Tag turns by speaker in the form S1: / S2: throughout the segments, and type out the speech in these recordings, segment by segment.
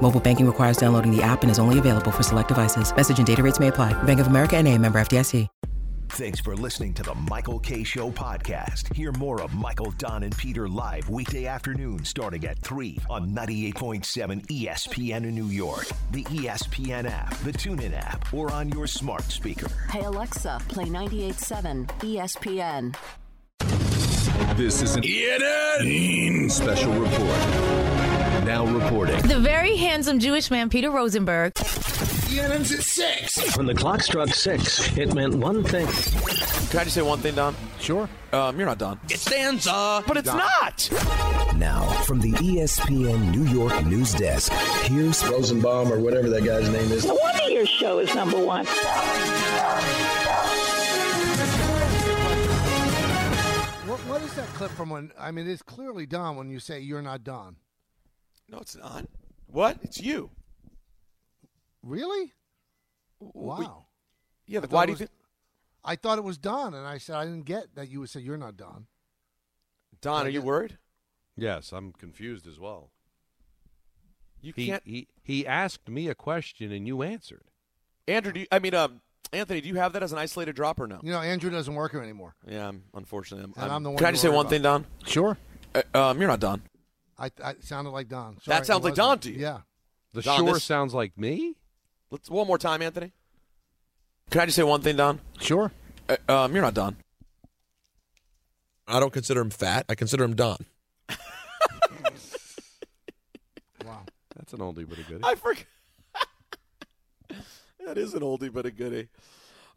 S1: Mobile banking requires downloading the app and is only available for select devices. Message and data rates may apply. Bank of America and a member FDIC.
S2: Thanks for listening to the Michael K. Show podcast. Hear more of Michael, Don, and Peter live weekday afternoon starting at 3 on 98.7 ESPN in New York, the E ESPN app, the TuneIn app, or on your smart speaker.
S3: Hey Alexa, play E 98.7 ESPN.
S4: This is an ESPN special report. Now reporting.
S5: The very handsome Jewish man, Peter Rosenberg.
S6: ENN's at six.
S7: When the clock struck six, it meant one thing.
S8: Can I just say one thing, Don?
S4: Sure.
S8: Um, you're not Don.
S6: It stands up.
S8: But it's not.
S2: Now, from the
S9: E
S2: ESPN New York news desk, here's
S10: Rosenbaum or whatever that guy's name is.
S11: No wonder your show is number one.
S12: What, what is that clip from when? I mean, it's clearly Don when you say you're not Don.
S8: No, it's not. What? It's you.
S12: Really? Wow.
S8: Yeah.
S12: I
S8: Why
S12: thought
S8: do you
S12: it was-
S8: think
S12: I thought it was Don, and I said I didn't get that you would say you're not Don.
S8: Don? Are you worried?
S4: Yes, I'm confused as well.
S8: You
S4: He,
S8: can't.
S4: he he asked me a question and you answered.
S8: Andrew, do you, I mean, um, Anthony, do you have that as an isolated drop or no?
S12: You know, Andrew doesn't work here anymore.
S8: Yeah, I'm, unfortunately, I'm,
S12: And I'm the one
S8: Can I
S12: you
S8: just say
S12: worry
S8: one
S12: about.
S8: thing, Don?
S12: Sure.
S8: Uh, um, you're not Don.
S12: I, I sounded like Don. Sorry,
S8: That sounds
S12: I
S8: like Don
S12: wasn't.
S8: to you.
S12: Yeah.
S4: The
S8: Don,
S4: shore
S8: this-
S4: sounds like me.
S8: Let's one more time, Anthony. Can I just say one thing, Don?
S12: Sure.
S8: Uh, um, you're not Don.
S13: I don't consider him fat. I consider him Don.
S12: Wow.
S4: That's an oldie but a goodie.
S8: I forgot. that is an oldie but a goodie.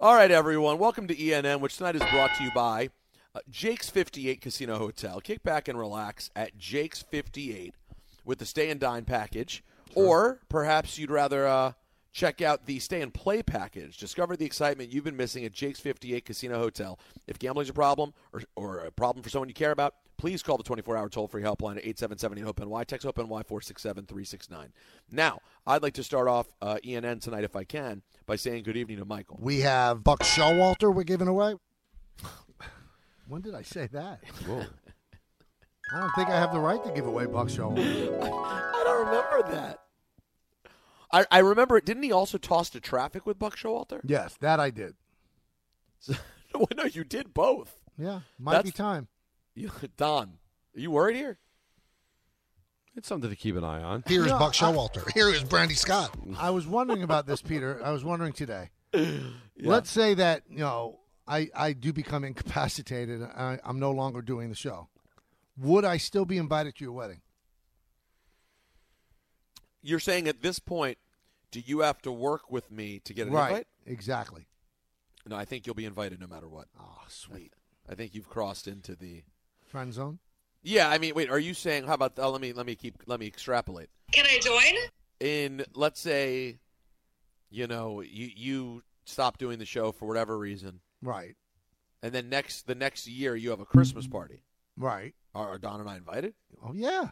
S8: All right, everyone. Welcome to ENN, which tonight is brought to you by uh, Jake's 58 Casino Hotel. Kick back and relax at Jake's 58 with the stay and dine package, or perhaps you'd rather uh, check out the stay and play package. Discover the excitement you've been missing at Jake's 58 Casino Hotel. If gambling's a problem or, or a problem for someone you care about, please call the 24 hour toll free helpline at 877 hope ny Text hope ny 467 369. Now, I'd like to start off uh, ENN tonight, if I can, by saying good evening to Michael.
S12: We have Buck Showalter we're giving away. when did I say that?
S4: Whoa.
S12: I don't think I have the right to give away Buck Showalter.
S8: I don't remember that. I, I remember it. Didn't he also toss to traffic with Buck Showalter?
S12: yes, that I did.
S8: no, no, you did both.
S12: Yeah. Might be
S8: That's-
S12: time.
S8: You, Don, are you worried here?
S4: It's something to keep an eye on.
S6: Here's
S12: No,
S6: Buck
S12: I-
S6: Showalter. Here is Brandy Scott.
S12: I was wondering about this, Peter. I was wondering today. Let's say that you know I I do become incapacitated. and I, I'm no longer doing the show. Would I still be invited to your wedding?
S8: You're saying at this point, do you have to work with me to get an invite?
S12: Exactly.
S8: No, I think you'll be invited no matter what.
S12: Oh, sweet.
S8: I think you've crossed into the.
S12: Friend zone.
S8: Yeah, I mean, wait. Are you saying? How about? Uh, let me let me keep let me extrapolate.
S14: Can I join?
S8: in let's say you know you you stop doing the show for whatever reason
S12: Right.
S8: and then next the next year you have a christmas party
S12: Right.
S8: are, are don and i invited
S12: Oh yeah.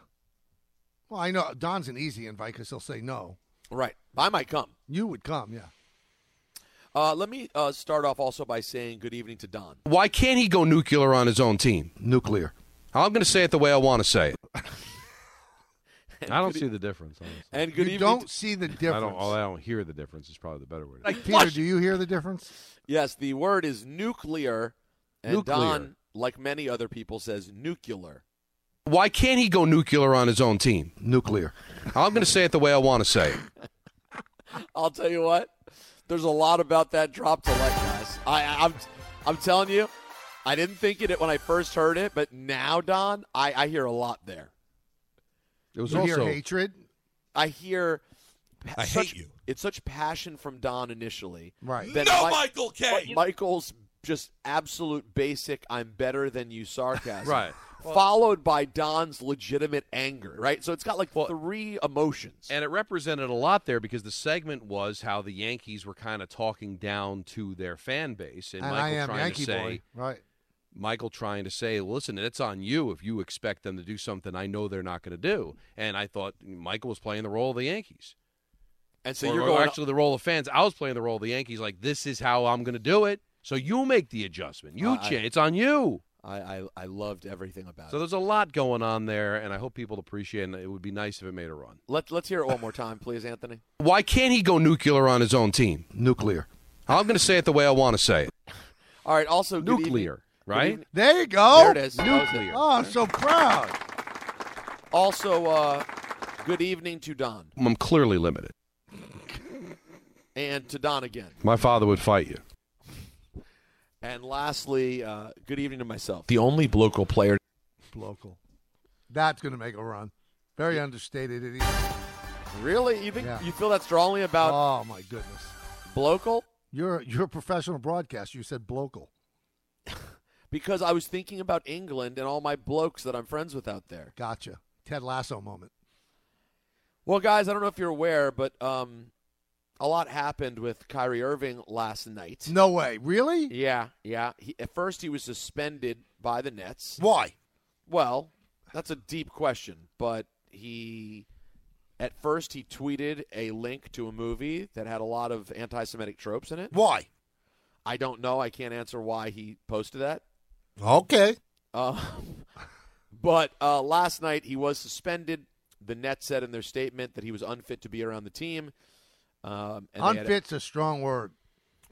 S12: Well, I know Don's an easy invite because he'll say no.
S8: right i might come
S12: You would come, yeah.
S8: uh, let me uh, start off also by saying good evening to don
S4: Why can't he go nuclear on his own team?
S12: Nuclear.
S4: I'm going to say it the way I want to say it. I don't
S8: Good e-
S4: see the difference. Honestly.
S8: and good
S12: you
S8: evening
S12: don't
S8: to-
S12: see the difference.
S4: I don't. oh, I don't hear the difference. Is probably the better way. To
S12: Peter, do you hear the difference?
S8: yes the word is nuclear and
S4: Nuclear.
S8: don like many other people says nuclear
S4: Why can't he go nuclear on his own team?
S12: Nuclear.
S4: I'm going to say it the way I want to say it.
S8: i'll tell you what there's a lot about that drop to let guys I, I i'm i'm telling you i didn't think it when i first heard it but now don i i hear a lot there
S4: It was
S12: you hear
S4: also
S12: hatred.
S8: I hear.
S13: I
S8: such-
S13: hate you.
S8: It's such passion from Don initially.
S12: Right.
S8: Then
S13: no,
S8: Mi-
S13: Michael K.
S8: Michael's just absolute basic. I'm better than you sarcasm.
S4: Right.
S8: followed by Don's legitimate anger, right? So it's got like three emotions.
S4: And it represented a lot there because the segment was how the Yankees were kind of talking down to their fan base, and,
S12: and
S4: Michael
S12: I am
S4: trying
S12: Yankee
S4: to say,
S12: boy, right?
S4: Michael trying to say, listen, it's on you if you expect them to do something I know they're not going to do. And I thought Michael was playing the role of the Yankees.
S8: And so
S4: Or-
S8: you're
S4: or
S8: going-
S4: actually the role of fans. I was playing the role of the Yankees. Like this is how I'm going to do it. So you make the adjustment. You
S8: I-
S4: change. It's on you.
S8: I, I I loved everything about
S4: So there's a lot going on there, and I hope people appreciate. it, And it would be nice if it made a run.
S8: Let, let's hear it one more time, please, Anthony.
S4: Why can't he go nuclear on his own team?
S12: Nuclear.
S4: I'm going to say it the way I want to say it.
S8: All right.
S4: Oh,
S8: Also, good evening.
S4: Nuclear, right?
S12: There you go.
S8: There it is. That was it.
S12: Nuclear. Oh, I'm so proud.
S8: Also, uh, good evening to Don
S4: I'm clearly limited.
S8: and to Don again.
S4: My father would fight you.
S8: And lastly, uh, good evening to myself.
S13: The only local player.
S12: Local. That's going to make a run. Very understated idiot.
S8: Really? You think
S12: Yeah. Uh,
S8: you feel that strongly about
S12: Oh my goodness.
S8: Blocal?
S12: You're you're a professional broadcaster. You said blocal.
S8: Because I was thinking about England and all my blokes that I'm friends with out there.
S12: Gotcha. Ted Lasso moment.
S8: Well, guys, I don't know if you're aware, but um, a lot happened with Kyrie Irving last night.
S12: No way. Really?
S8: Yeah, yeah. He, at first, he was suspended by the Nets.
S12: Why?
S8: Well, that's a deep question, but he at first he tweeted a link to a movie that had a lot of anti-Semitic tropes in it.
S13: Why?
S8: I don't know. I can't answer why he posted that.
S13: Okay.
S8: Uh, but uh, last night he was suspended. The Nets said in their statement that he was unfit to be around the team. Um, and they had a-
S12: Unfit's a strong word.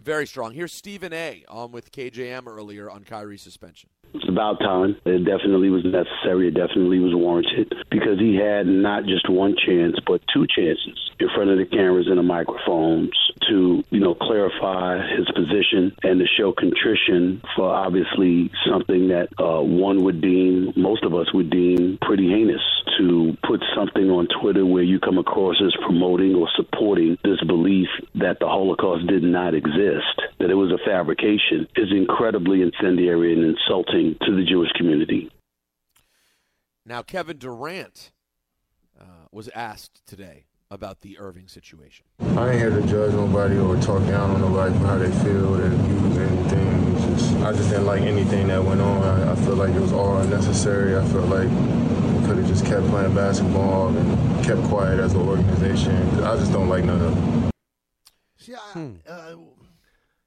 S8: very strong. Here's Stephen A. on with KJM earlier on Kyrie's suspension.
S14: It's about time. It definitely was necessary. It definitely was warranted because he had not just one chance, but two chances in front of the cameras and the microphones to, you know, clarify his position and to show contrition for obviously something that uh, one would deem, most of us would deem pretty heinous. To put something on Twitter where you come across as promoting or supporting this belief that the Holocaust did not exist, that it was a fabrication, is incredibly incendiary and insulting to the Jewish community.
S8: Now, Kevin Durant uh, was asked today about the Irving situation.
S15: I ain't here to judge nobody or talk down on nobody for how they feel or use anything. It's Just, I just didn't like anything that went on. I, I feel like it was all unnecessary. I feel like we could have just kept playing basketball and kept quiet as an organization. I just don't like none of it.
S12: See, I,
S4: Hmm.
S12: uh,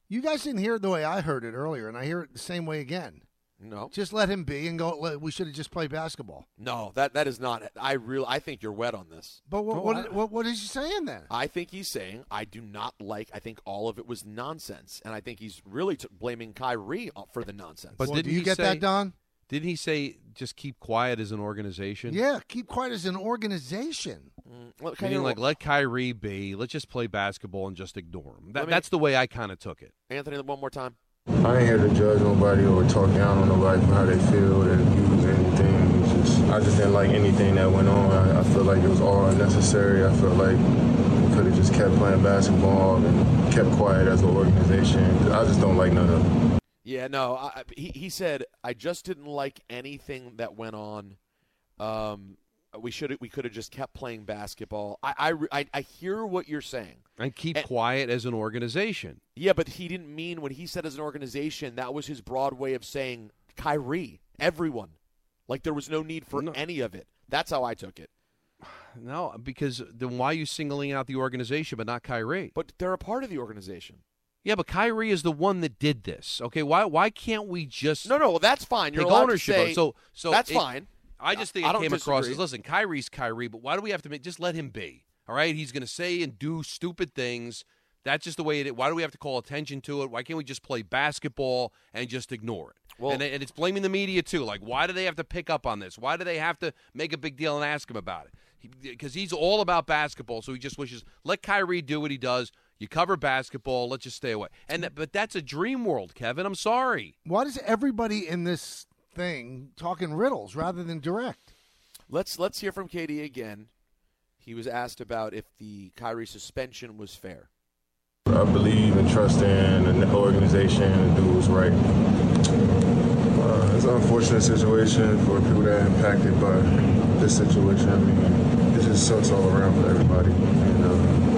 S12: you guys didn't hear it the way I heard it earlier, and I hear it the same way again.
S4: Oh.
S8: No,
S12: Just let him be and go. Let, we should have just played basketball.
S8: no, that that is not. I real. I think you're wet on this.
S12: But what
S8: No,
S12: what,
S8: I-
S12: what what is he saying then?
S8: I think he's saying I do not like. I think all of it was nonsense, and I think he's really t- blaming Kyrie uh, for the nonsense.
S4: But didn't
S12: do you
S4: he
S12: get
S4: say-
S12: that, Don?
S4: Didn't he say just keep quiet as an organization?
S12: Yeah, keep quiet as an organization.
S8: Mm, Well, can
S4: Meaning
S8: you-
S4: like let Kyrie be. Let's just play basketball and just ignore him. That,
S8: Let me-
S4: that's the way I kind of took it.
S8: Anthony, one more time.
S15: I ain't here to judge nobody or talk down on nobody for how they feel or use anything. It's Just, I just didn't like anything that went on. I, I feel like it was all unnecessary. I feel like we could have just kept playing basketball and kept quiet as an organization. I just don't like none of it.
S8: Yeah, no. I, I- he he said I just didn't like anything that went on. Um, we should we could have just kept playing basketball. I I re- I, I hear what you're saying.
S4: And keep
S8: And-
S4: quiet as an organization.
S8: Yeah, but he didn't mean when he said as an organization, that was his broad way of saying Kyrie, everyone. Like there was no need for any of it. That's how I took it.
S4: No, because then why are you singling out the organization but not Kyrie?
S8: But they're a part of the organization.
S4: Yeah, but Kyrie is the one that did this. Okay, why why can't we just
S8: No, no, well, that's fine. You're
S4: take
S8: allowed to
S4: ownership of
S8: say-
S4: it? So so
S8: that's
S4: it-
S8: fine.
S4: I just think
S8: I
S4: it
S8: don't
S4: came across
S8: disagree.
S4: as listen, Kyrie's Kyrie, but why do we have to make just let him be? All right, he's going to say and do stupid things. That's just the way it is. Why do we have to call attention to it? Why can't we just play basketball and just ignore it?
S8: Well-
S4: and, and it's blaming the media too. Like, why do they have to pick up on this? Why do they have to make a big deal and ask him about it? Because he's all about basketball, so he just wishes let Kyrie do what he does. You cover basketball. Let's just stay away. And that, but that's a dream world, Kevin. I'm sorry.
S12: Why does everybody in this thing talking riddles rather than direct?
S8: Let's let's hear from KD again. He was asked about if the Kyrie suspension was fair.
S15: I believe and trust in an organization and do what's right. uh, it's an unfortunate situation for people that are impacted by this situation. I mean, it just sucks all around for everybody, and uh,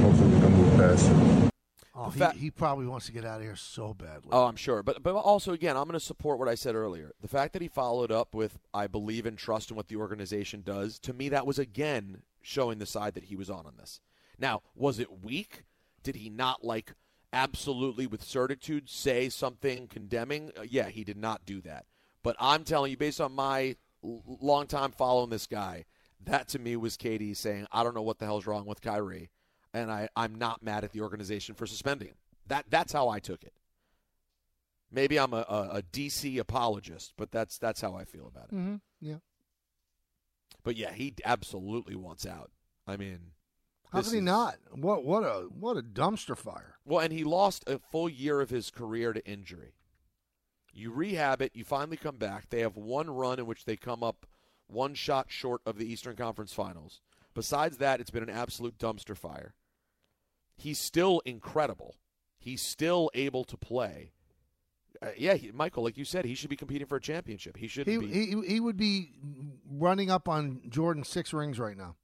S15: hopefully we can move past it.
S12: Oh, he, he probably wants to get out of here so badly.
S8: Oh, I'm sure. But but also again, I'm going to support what I said earlier. The fact that he followed up with I believe and trust in what the organization does, to me that was again showing the side that he was on on this. Now, was it weak? Did he not like absolutely with certitude say something condemning? Uh, yeah, he did not do that. But I'm telling you based on my l- long time following this guy, that to me was Katie saying, I don't know what the hell's wrong with Kyrie and I, I'm not mad at the organization for suspending him. That that's how I took it. Maybe I'm a, a, a DC apologist, but that's that's how I feel about it.
S12: Mm-hmm. Yeah.
S8: But yeah, he absolutely wants out. I mean,
S12: How
S8: this
S12: could he
S8: is-
S12: not? What what a what a dumpster fire.
S8: Well, and he lost a full year of his career to injury. You rehab it, you finally come back. They have one run in which they come up one shot short of the Eastern Conference Finals. Besides that, it's been an absolute dumpster fire. He's still incredible. He's still able to play. Uh, yeah, he, Michael, like you said, he should be competing for a championship. He
S12: He,
S8: shouldn't be.
S12: he he would be running up on Jordan six rings right now.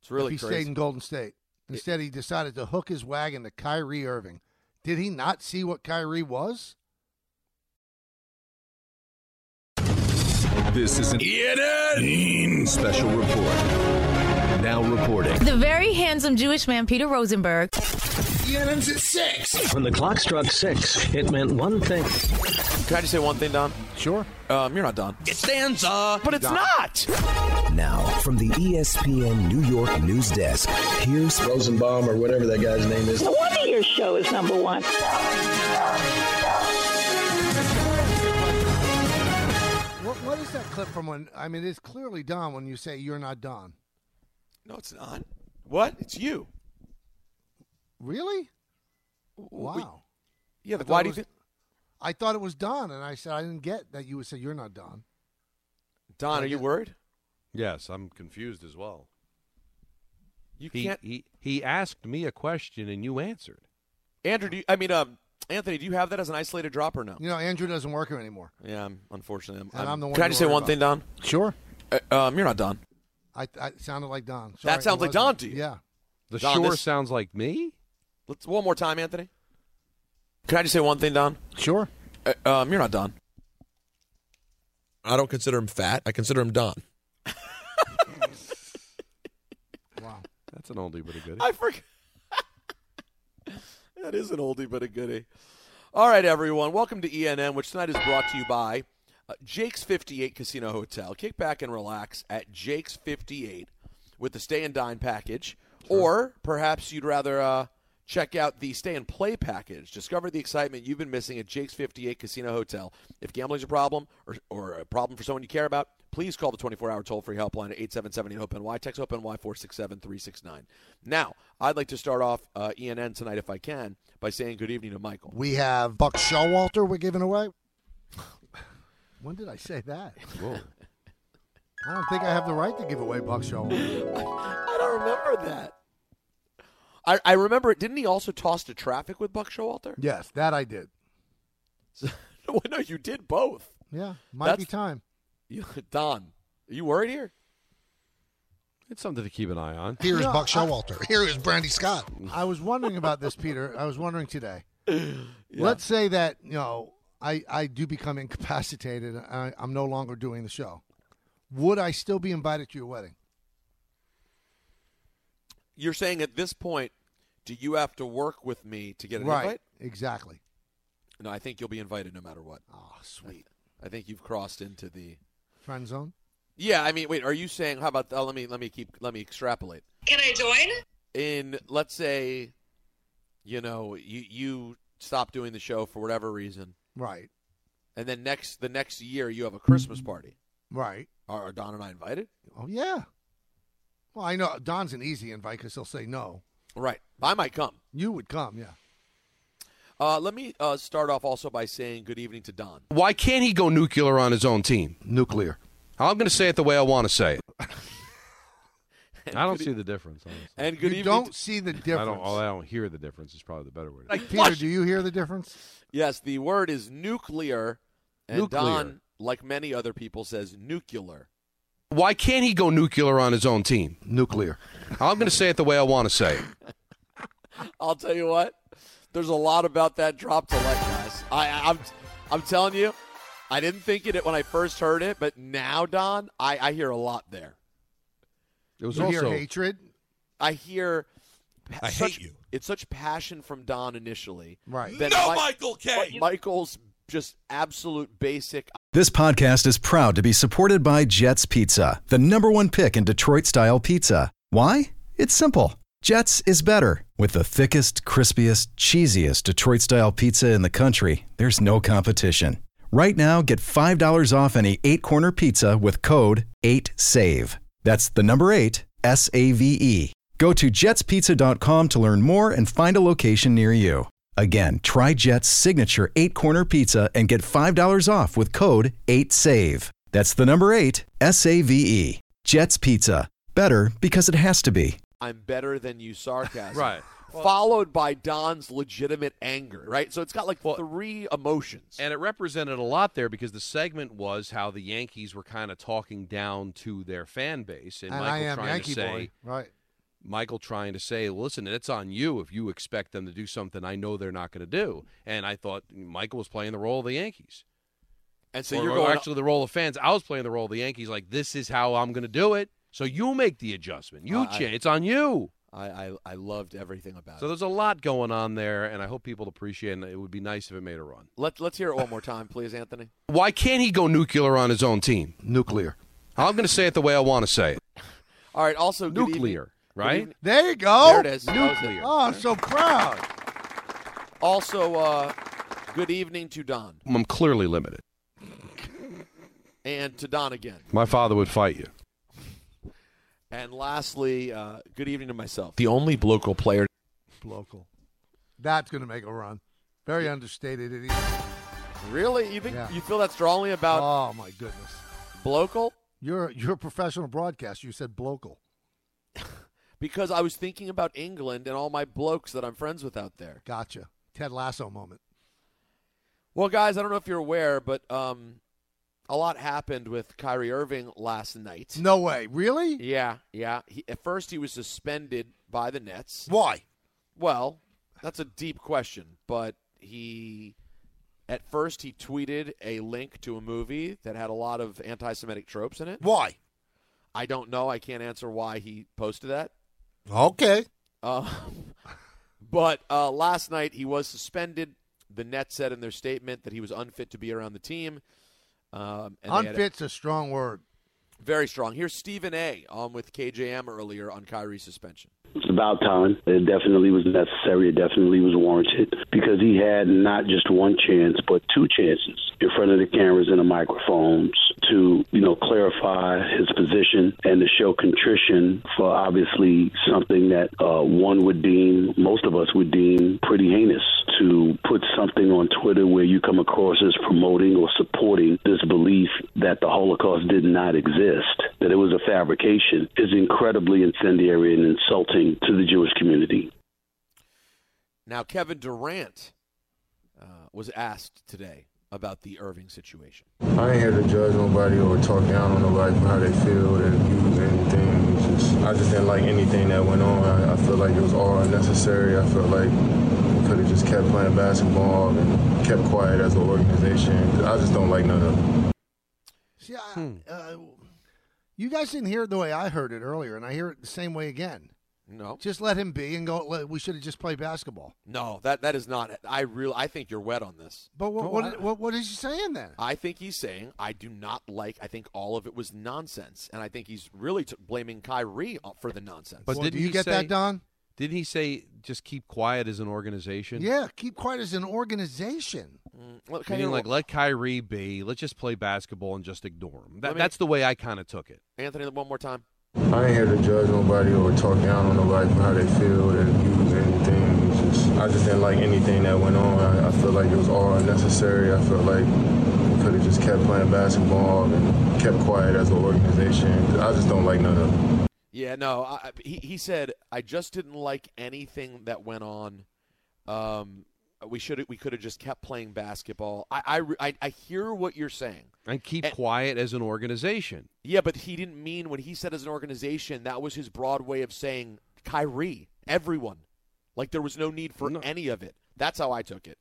S8: it's really
S12: if he
S8: crazy.
S12: stayed in Golden State. Instead, he decided to hook his wagon to Kyrie Irving. Did he not see what Kyrie was?
S9: This is an ENN special report. Now reporting.
S5: The very handsome Jewish man, Peter Rosenberg.
S6: ENN's at 6.
S7: When the clock struck six, it meant one thing.
S8: Can I just say one thing, Don?
S12: Sure.
S8: Um, you're not Don. It stands uh, up, but it's
S9: Don.
S8: not.
S9: Now, from the E ESPN New York news desk, here's
S10: Rosenbaum or whatever that guy's name is.
S11: No wonder your show is number one.
S12: What what is that clip from when? I mean, it's clearly Don when you say you're not Don.
S8: No, it's not. What? It's you.
S12: Really?
S8: Wow. yeah.
S12: I
S8: The,
S12: thought
S8: why
S12: it
S8: do you
S12: was-
S8: think
S12: I thought it was Don, and I said I didn't get that you would say you're not Don.
S8: Don? Are you worried?
S4: Yes, I'm confused as well.
S8: You
S4: he,
S8: can't-
S4: He, he asked me a question and you answered.
S8: Andrew, do you, I mean, um, Anthony, do you have that as an isolated drop or no?
S12: You know, Andrew doesn't work here anymore.
S8: Yeah, I'm, unfortunately, I'm,
S12: And I'm the one
S8: Can I
S12: you
S8: just say
S12: worry
S8: one thing, Don?
S12: Sure.
S8: Uh, um, you're not Don.
S12: I, I it sounded like Don. Sorry,
S8: that sounds
S12: it
S8: like Don
S12: wasn't.
S8: to you.
S12: Yeah.
S4: The
S8: Don,
S4: shore
S8: this-
S4: sounds like me?
S8: Let's one more time, Anthony. Can I just say one thing, Don?
S12: Sure.
S8: Uh, um, you're not Don.
S6: I don't consider him fat. I consider him Don.
S12: Wow.
S4: That's an oldie but a goodie.
S8: I forgot. that is an oldie but a goodie. All right, everyone. Welcome to ENN, which tonight is brought to you by uh, Jake's 58 Casino Hotel. Kick back and relax at Jake's 58 with the stay and dine package. Or perhaps you'd rather uh, check out the stay and play package. Discover the excitement you've been missing at Jake's 58 Casino Hotel. If gambling's a problem or, or a problem for someone you care about, please call the 24-hour toll-free helpline at 877-8-HOPE-NY. Text HOPE-NY 467-369. Now, I'd like to start off uh, ENN tonight, if I can, by saying good evening to Michael.
S12: We have Buck Showalter we're giving away. when did I say that?
S4: Whoa.
S12: I don't think I have the right to give away Buck Showalter.
S8: I don't remember that. I, I remember it. Didn't he also toss to traffic with Buck Showalter?
S12: yes, that I did.
S8: No, no, you did both.
S12: Yeah, might be
S8: That's-
S12: time.
S8: You, Don, are you worried here?
S4: It's something to keep an eye on.
S6: Here is
S12: No,
S6: Buck
S12: I-
S6: Showalter. Here is Brandy Scott.
S12: I was wondering about this, Peter. I was wondering today. Let's say that you know I I do become incapacitated. I, I'm no longer doing the show. Would I still be invited to your wedding?
S8: You're saying at this point, do you have to work with me to get an
S12: right,
S8: invite?
S12: exactly.
S8: No, I think you'll be invited no matter what.
S12: Oh, sweet.
S8: I think you've crossed into the.
S12: Friend zone.
S8: Yeah, I mean, wait. Are you saying? How about? Uh, let me let me keep let me extrapolate.
S16: Can I join?
S8: In let's say, you know, you you stop doing the show for whatever reason,
S12: Right,
S8: and then next the next year you have a Christmas party.
S12: right.
S8: Are, are Don and I invited?
S12: Oh yeah. Well, I know Don's an easy invite because he'll say no.
S8: Right. I might come.
S12: You would come, yeah.
S8: Uh, let me uh, start off also by saying good evening to Don.
S4: Why can't he go nuclear on his own team?
S12: Nuclear.
S4: I'm going to say it the way I want to say it.
S8: And
S16: I don't
S8: good
S16: see
S8: e-
S16: the difference. Honestly.
S8: And good
S12: You
S8: evening.
S12: don't see the
S16: I don't.
S12: difference.
S16: oh, I don't hear the difference. Is probably the better way. To
S8: Like
S12: Peter, do you hear the difference?
S8: Yes, the word is nuclear, and
S4: Nuclear.
S8: Don, like many other people, says nuclear.
S4: Why can't he go nuclear on his own team?
S12: Nuclear.
S4: I'm going to say it the way I want to say it.
S8: I'll tell you what. There's a lot about that drop to let guys. I, I- I'm, I'm telling you, I didn't think it when I first heard it, but now Don, I, I hear a lot there.
S16: It was
S12: you
S16: also
S12: hear hatred.
S8: I hear.
S16: I hate
S8: such-
S16: you.
S8: It's such passion from Don initially.
S12: Right.
S8: Then
S16: No,
S8: Michael K. Michael's just absolute basic.
S17: This podcast is proud to be supported by Jets Pizza, the number one pick in Detroit style pizza. Why? It's simple. Jets is better. With the thickest, crispiest, cheesiest Detroit style pizza in the country, there's no competition. Right now, get $5 off any eight corner pizza with code 8SAVE. That's the number eight, S A V E. Go to jetspizza.com to learn more and find a location near you. Again, try Jet's signature eight corner pizza and get $5 off with code 8SAVE. That's the number eight, S A V E. Jet's Pizza. Better because it has to be.
S8: I'm better than you sarcasm.
S4: Right.
S8: Followed by Don's legitimate anger, right? So it's got like three emotions.
S4: And it represented a lot there because the segment was how the Yankees were kind of talking down to their fan base, and,
S12: And
S4: Michael
S12: I am
S4: trying
S12: Yankee
S4: to say,
S12: boy. Right.
S4: Michael trying to say, listen, it's on you if you expect them to do something I know they're not going to do. And I thought Michael was playing the role of the Yankees.
S8: And so
S4: Or-
S8: you're
S4: or
S8: going-
S4: actually the role of fans. I was playing the role of the Yankees. Like this is how I'm going to do it. So you make the adjustment. You
S8: I-
S4: change. It's on you.
S8: I, I I loved everything about
S4: So
S8: it.
S4: there's a lot going on there, and I hope people appreciate. it, And it would be nice if it made a run.
S8: Let Let's hear it one more time, please, Anthony.
S4: Why can't he go nuclear on his own team?
S12: Nuclear.
S4: I'm going to say it the way I want to say it.
S8: All right. Also, good evening-
S4: Nuclear,
S8: good
S4: right?
S8: evening-
S12: There you go.
S8: There it is.
S12: Nuclear. Oh, I'm so proud.
S8: Also, uh, good evening to Don
S4: I'm clearly limited.
S8: and to Don again.
S16: My father would fight you.
S8: And lastly, uh, good evening to myself.
S6: The only local player.
S12: Local. That's going to make a run. Very understated idiot.
S8: Really? You think
S12: Yeah.
S8: you feel that strongly about?
S12: Oh my goodness.
S8: Blocal?
S12: You're you're a professional broadcaster. You said blocal.
S8: Because I was thinking about England and all my blokes that I'm friends with out there.
S12: Gotcha. Ted Lasso moment.
S8: Well, guys, I don't know if you're aware, but um, a lot happened with Kyrie Irving last night.
S12: No way. Really?
S8: Yeah, yeah. He, at first, he was suspended by the Nets.
S12: Why?
S8: Well, that's a deep question, but he. At first, he tweeted a link to a movie that had a lot of anti Semitic tropes in it.
S6: Why?
S8: I don't know. I can't answer why he posted that.
S6: Okay.
S8: Um, but uh, last night he was suspended. The Nets said in their statement that he was unfit to be around the team. Um, and they had-
S12: Unfit's a strong word.
S8: very strong. Here's Stephen A. on with KJM earlier on Kyrie's suspension.
S14: It's about time. It definitely was necessary. It definitely was warranted because he had not just one chance, but two chances in front of the cameras and the microphones to, you know, clarify his position and to show contrition for obviously something that uh, one would deem, most of us would deem pretty heinous. To put something on Twitter where you come across as promoting or supporting this belief that the Holocaust did not exist, that it was a fabrication, is incredibly incendiary and insulting to the Jewish community.
S8: Now, Kevin Durant uh, was asked today about the Irving situation.
S15: I ain't here to judge nobody or talk down on nobody from how they feel and use anything. It's Just, I just didn't like anything that went on. I, I feel like it was all unnecessary. I feel like we could have just kept playing basketball and kept quiet as an organization. I just don't like none of it.
S12: See, I, uh, you guys didn't hear it the way I heard it earlier, and I hear it the same way again.
S8: No,
S12: Just let him be and go. Let, we should have just played basketball.
S8: no, that that is not. I real. I think you're wet on this.
S12: But what
S8: Oh, I-
S12: what, what what is he saying then?
S8: I think he's saying I do not like. I think all of it was nonsense, and I think he's really t- blaming Kyrie uh, for the nonsense.
S4: But
S12: Well,
S4: didn't
S12: do you
S4: he
S12: get
S4: say-
S12: that, Don?
S4: Didn't he say just keep quiet as an organization?
S12: Yeah, keep quiet as an organization.
S8: Mm, Well,
S4: Meaning,
S8: Kyrie-
S4: like, let Kyrie be. Let's just play basketball and just ignore him. That,
S8: Let me-
S4: that's the way I kind of took it.
S8: Anthony, one more time.
S15: I ain't here to judge nobody or talk down on nobody from how they feel and use anything. It's Just, I just didn't like anything that went on. I, I feel like it was all unnecessary. I feel like we could have just kept playing basketball and kept quiet as an organization. I just don't like none of it.
S8: Yeah, no. I, I- he he said I just didn't like anything that went on. Um, we should we could have just kept playing basketball. I I re- I, I hear what you're saying.
S4: And keep quiet as an organization.
S8: Yeah, but he didn't mean when he said as an organization. That was his broad way of saying Kyrie, everyone. Like there was no need for any of it. That's how I took it.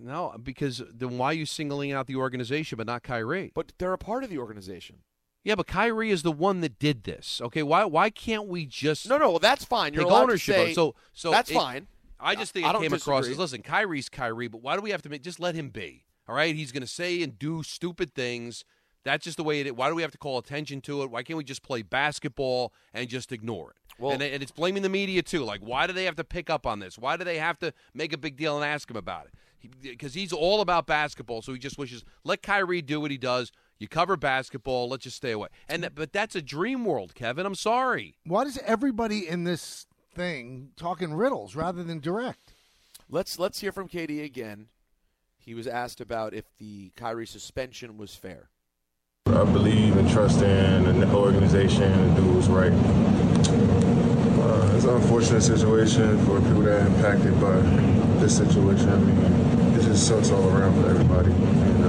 S4: No, because then why are you singling out the organization but not Kyrie?
S8: But they're a part of the organization.
S4: Yeah, but Kyrie is the one that did this. Okay, why why can't we just
S8: No, no, well, that's fine. You're
S4: take
S8: allowed to
S4: ownership of
S8: say,
S4: it? So so
S8: that's
S4: it-
S8: fine.
S4: I just think
S8: I
S4: it
S8: don't
S4: came across as
S8: disagree.
S4: listen, Kyrie's Kyrie, but why do we have to make just let him be? All right, he's going to say and do stupid things. That's just the way it. Why do we have to call attention to it? Why can't we just play basketball and just ignore it?
S8: Well-
S4: and, and it's blaming the media too. Like, why do they have to pick up on this? Why do they have to make a big deal and ask him about it? Because he's all about basketball, so he just wishes let Kyrie do what he does. You cover basketball. Let's just stay away. And that, but that's a dream world, Kevin. I'm sorry.
S12: Why does everybody in this thing talking riddles rather than direct?
S8: Let's let's hear from KD again. He was asked about if the Kyrie suspension was fair.
S15: I believe and trust in an organization and do what's right. Uh, it's an unfortunate situation for people that are impacted by this situation. I mean, it just sucks all around for everybody. And uh,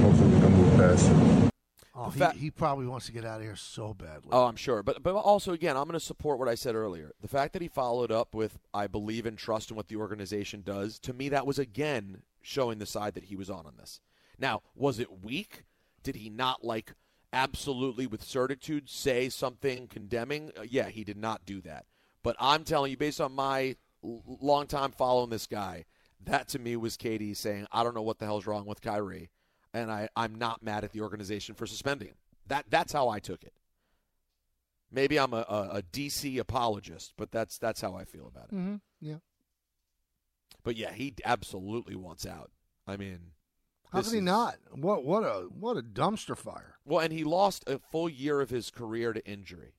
S15: hopefully we can move past it.
S12: Oh, he, he probably wants to get out of here so badly.
S8: Oh, I'm sure. But but also again, I'm going to support what I said earlier. The fact that he followed up with I believe and trust in what the organization does, to me that was again showing the side that he was on on this. Now, was it weak? Did he not like absolutely with certitude say something condemning? Uh, yeah, he did not do that. But I'm telling you based on my l- long time following this guy, that to me was KD saying, I don't know what the hell's wrong with Kyrie, and I, I'm not mad at the organization for suspending him. That that's how I took it. Maybe I'm a, a, a DC apologist, but that's that's how I feel about it.
S12: Mm-hmm. Yeah.
S8: But yeah, he absolutely wants out. I mean,
S12: How
S8: this
S12: could he
S8: is-
S12: not? What what a what a dumpster fire.
S8: Well, and he lost a full year of his career to injury.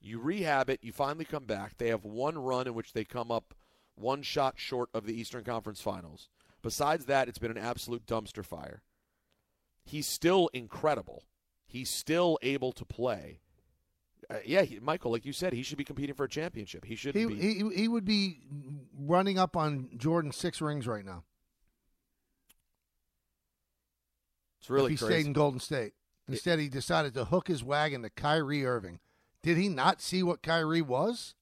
S8: You rehab it, you finally come back. They have one run in which they come up one shot short of the Eastern Conference Finals. Besides that, it's been an absolute dumpster fire. He's still incredible. He's still able to play. Uh, yeah, he, Michael, like you said, he should be competing for a championship. He should
S12: He,
S8: be.
S12: he he would be running up on Jordan six rings right now.
S8: it's really
S12: if he
S8: crazy.
S12: stayed in Golden State. Instead, he decided to hook his wagon to Kyrie Irving. Did he not see what Kyrie was?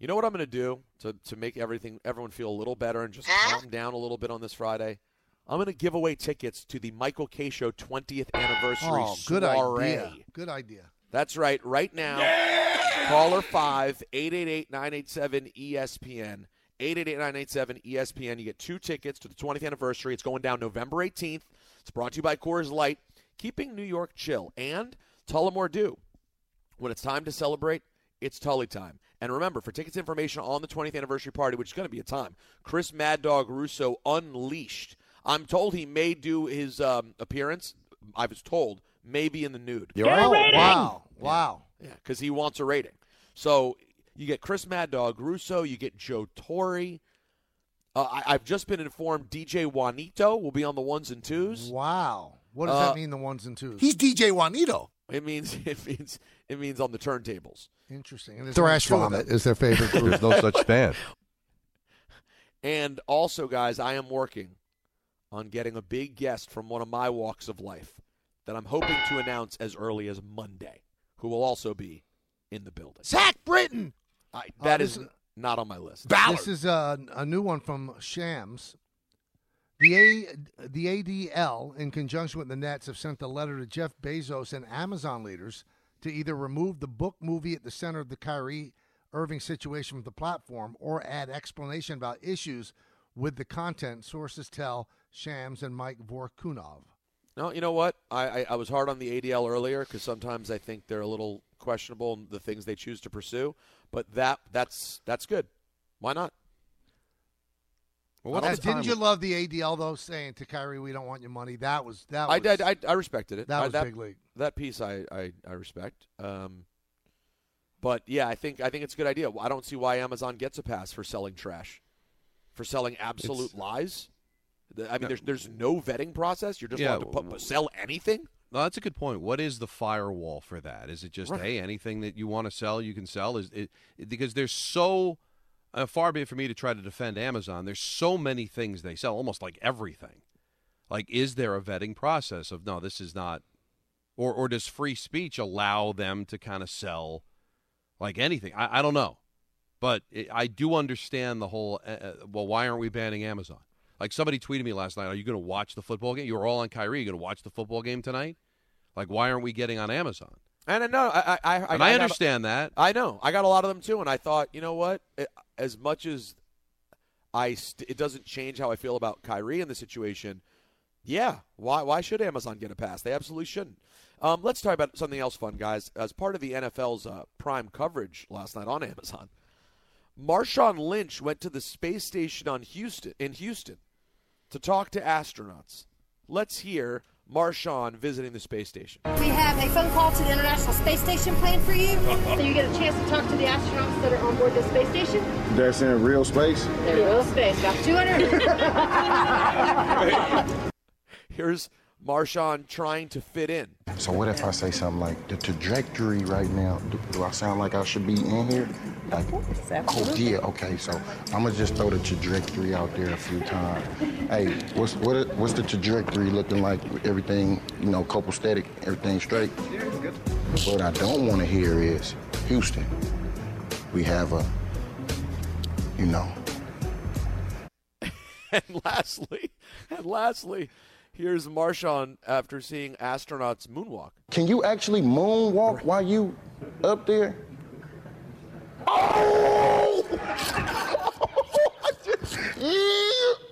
S8: You know what I'm going to do to, to make everything everyone feel a little better and just calm down a little bit on this Friday? I'm going to give away tickets to the Michael K Show 20th anniversary
S12: Oh, good
S8: soiree.
S12: idea. Good idea.
S8: That's right. Right now, caller 5 888 987 ESPN. 888 987 ESPN. You get two tickets to the 20th anniversary. It's going down November 18th. It's brought to you by Coors Light, keeping New York chill, and Tullamore Dew. When it's time to celebrate, it's Tully time. And remember, for tickets information on the 20th anniversary party, which is going to be a time, Chris Mad Dog Russo unleashed. I'm told he may do his um, appearance. I was told maybe in the nude.
S12: You're Get a right. rating! Wow. Wow.
S8: Yeah, because he wants a rating. So you get Chris Mad Dog Russo. You get Joe Torre. Uh, I, I've just been informed DJ Juanito will be on the ones and twos.
S12: Wow. What does
S8: Uh,
S12: that mean? The ones and twos. He's
S8: DJ Juanito. It means it means it means on the turntables.
S12: Interesting. And there's
S13: Thrash
S12: only two of
S13: vomit
S12: them.
S13: is their favorite group. There's no such thing.
S8: And also, guys, I am working on getting a big guest from one of my walks of life that I'm hoping to announce as early as Monday, who will also be in the building.
S12: Zach Britton.
S8: I,
S12: Oh,
S8: that
S12: this
S8: is
S12: is-
S8: not on my list.
S12: This is a, a new one from Shams. The a, the ADL, in conjunction with the Nets, have sent a letter to Jeff Bezos and Amazon leaders to either remove the book movie at the center of the Kyrie Irving situation from the platform or add explanation about issues with the content. Sources tell Shams and Mike Vorkunov.
S8: No, you know what? I, I, I was hard on the ADL earlier because sometimes I think they're a little questionable in the things they choose to pursue. But that that's that's good. Why not?
S12: Uh, didn't you love the ADL though saying to Kyrie, "We don't want your money"? That was that.
S8: I
S12: was,
S8: did. I, I respected it.
S12: That
S8: I-
S12: was big league.
S8: That piece I, I, I respect. Um, but yeah, I think I think it's a good idea. I don't see why Amazon gets a pass for selling trash, for selling absolute lies. The- I mean,
S4: No.
S8: there's there's no vetting process. You're just
S4: Yeah,
S8: allowed to put,
S4: w-
S8: sell anything.
S4: No, that's a good point. What is the firewall for that? Is it just
S8: Right.
S4: hey, anything that you want to sell, you can sell? Is it because there's so uh, far be it for me to try to defend Amazon. There's so many things they sell, almost like everything. Like, is there a vetting process of no, this is not, or or does free speech allow them to kind of sell like anything? I, I don't know, but it, I do understand the whole. Uh, uh, well, why aren't we banning Amazon? Like somebody tweeted me last night, "Are you going to watch the football game? You were all on Kyrie. You going to watch the football game tonight? Like, why aren't we getting on Amazon?"
S8: And I know I I I,
S4: And I
S8: got-
S4: understand that.
S8: I know I got a lot of them too, and I thought you know what, It- as much as I st- it doesn't change how I feel about Kyrie in the situation. Yeah, why why should Amazon get a pass? They absolutely shouldn't. Um, let's talk about something else fun, guys. As part of the NFL's uh, prime coverage last night on Amazon, Marshawn Lynch went to the space station on Houston in Houston to talk to astronauts. Let's hear Marshawn visiting the space station.
S18: We have a phone call to the International Space Station planned for you, so you get a chance to talk to the astronauts that are on board the space station.
S10: That's in real space.
S18: They're real space, about 200.
S8: Here's Marshawn trying to fit in.
S19: So what if I say something like the trajectory right now? Do, do I sound like I should be in here? Like, oh
S18: absolutely.
S19: yeah, okay. So I'm gonna just throw the trajectory out there a few times. Hey, what's what, what's the trajectory looking like? Everything you know, copostatic, everything straight. What I don't want to hear is Houston. We have a, you know,
S8: And lastly, and lastly, here's Marshawn after seeing astronauts moonwalk.
S19: can you actually moonwalk while you up there?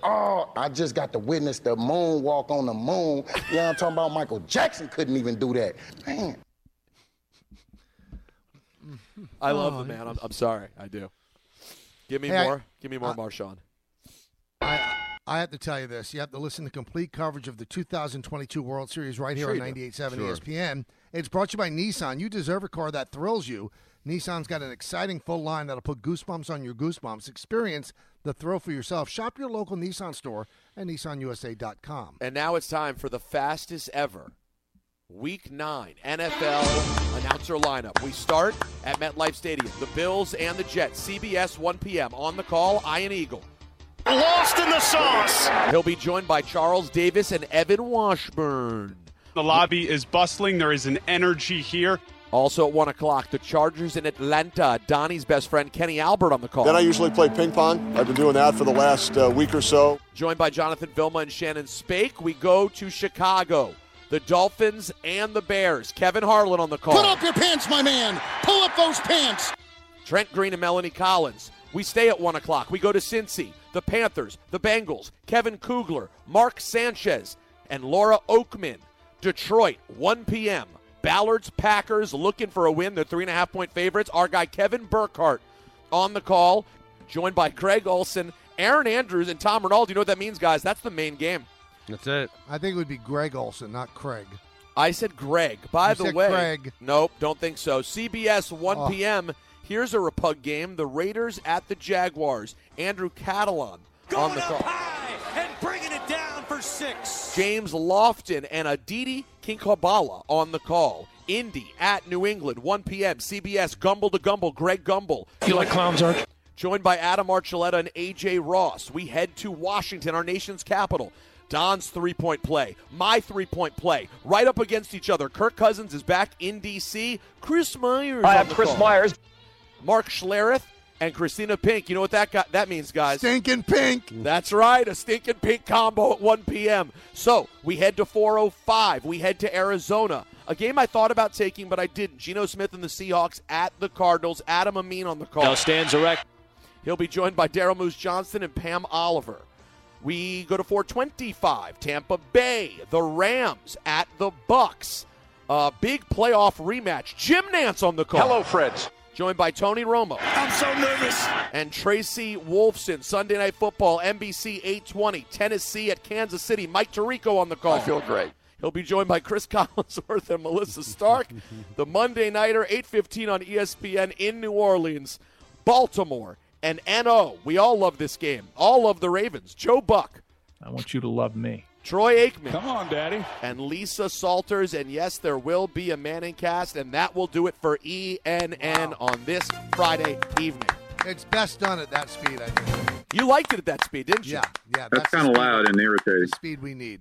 S19: Oh, I just got to witness the moonwalk on the moon. You know what I'm talking about? Michael Jackson couldn't even do that. Man.
S8: I love
S12: Oh,
S8: the
S12: he
S8: man. I'm, I'm sorry. I do. Give me
S12: Hey, I-
S8: more. Give me more Marshawn.
S12: I have to tell you this. You have to listen to complete coverage of the 2022 World Series right here
S8: Sure
S12: on
S8: you do.
S12: 98.7
S8: Sure.
S12: ESPN. It's brought to you by Nissan. You deserve a car that thrills you. Nissan's got an exciting full line that'll put goosebumps on your goosebumps. Experience the thrill for yourself. Shop your local Nissan store at nissanusa.com.
S8: And now it's time for the fastest ever Week 9 NFL announcer lineup. We start at MetLife Stadium. The Bills and the Jets. CBS 1 p.m. On the call, Ian Eagle.
S20: Lost in the sauce.
S8: He'll be joined by Charles Davis and Evan Washburn.
S20: The lobby is bustling. There is an energy here.
S8: Also at 1 o'clock, the Chargers in Atlanta. Donnie's best friend Kenny Albert on the call.
S21: Then I usually play ping pong. I've been doing that for the last uh, week or so.
S8: Joined by Jonathan Vilma and Shannon Spake, we go to Chicago. The Dolphins and the Bears. Kevin Harlan on the call.
S22: Put up your pants, my man. Pull up those pants.
S8: Trent Green and Melanie Collins. We stay at 1 o'clock. We go to Cincy, the Panthers, the Bengals, Kevin Kugler, Mark Sanchez, and Laura Oakman. Detroit, 1 p.m. Ballard's Packers looking for a win. They're three and a half point favorites. Our guy Kevin Burkhart on the call, joined by Craig Olson, Aaron Andrews, and Tom Rinaldi. You know what that means, guys? That's the main game.
S4: That's it.
S12: I think it would be Greg Olson, not Craig.
S8: I said Greg. By
S12: You
S8: the
S12: said
S8: way,
S12: Greg.
S8: nope, don't think so. CBS 1
S12: Oh.
S8: p.m. Here's a repug game: the Raiders at the Jaguars. Andrew Catalan on the call.
S23: and bringing it down for six.
S8: James Lofton and Aditi Kinkabala on the call. Indy at New England, 1 p.m. CBS Gumble to Gumble. Greg Gumble.
S24: You like clowns, Arch?
S8: Joined by Adam Archuleta and A.J. Ross. We head to Washington, our nation's capital. Don's three point play, my three point play, right up against each other. Kirk Cousins is back in D.C. Chris Myers.
S25: I
S8: on
S25: have
S8: the
S25: Chris
S8: call.
S25: Myers.
S8: Mark Schlereth and Christina Pink. You know what that got, that means, guys?
S12: Stinking pink.
S8: That's right, a stinking pink combo at 1 p.m. So we head to 4:05. We head to Arizona, a game I thought about taking, but I didn't. Geno Smith and the Seahawks at the Cardinals. Adam Amin on the call.
S24: Now stands erect.
S8: He'll be joined by Daryl Moose Johnson and Pam Oliver. We go to 425. Tampa Bay, the Rams at the Bucks. Uh, big playoff rematch. Jim Nance on the call. Hello, Freds. Joined by Tony Romo. I'm so nervous. And Tracy Wolfson, Sunday Night Football, NBC 820, Tennessee at Kansas City. Mike Tirico on the call.
S21: I feel great.
S8: He'll be joined by Chris Collinsworth and Melissa Stark. the Monday Nighter, 8.15 on E ESPN in New Orleans. Baltimore and NO. We all love this game. All love the Ravens. Joe Buck.
S24: I want you to love me.
S8: Troy Aikman.
S26: Come on, Daddy.
S8: And Lisa Salters. And yes, there will be a Manning cast, and that will do it for ENN on this Friday evening.
S12: It's best done at that speed, I think.
S8: You liked it at that speed, didn't you?
S12: Yeah, yeah.
S4: That's kind of loud and irritating.
S12: Speed we need.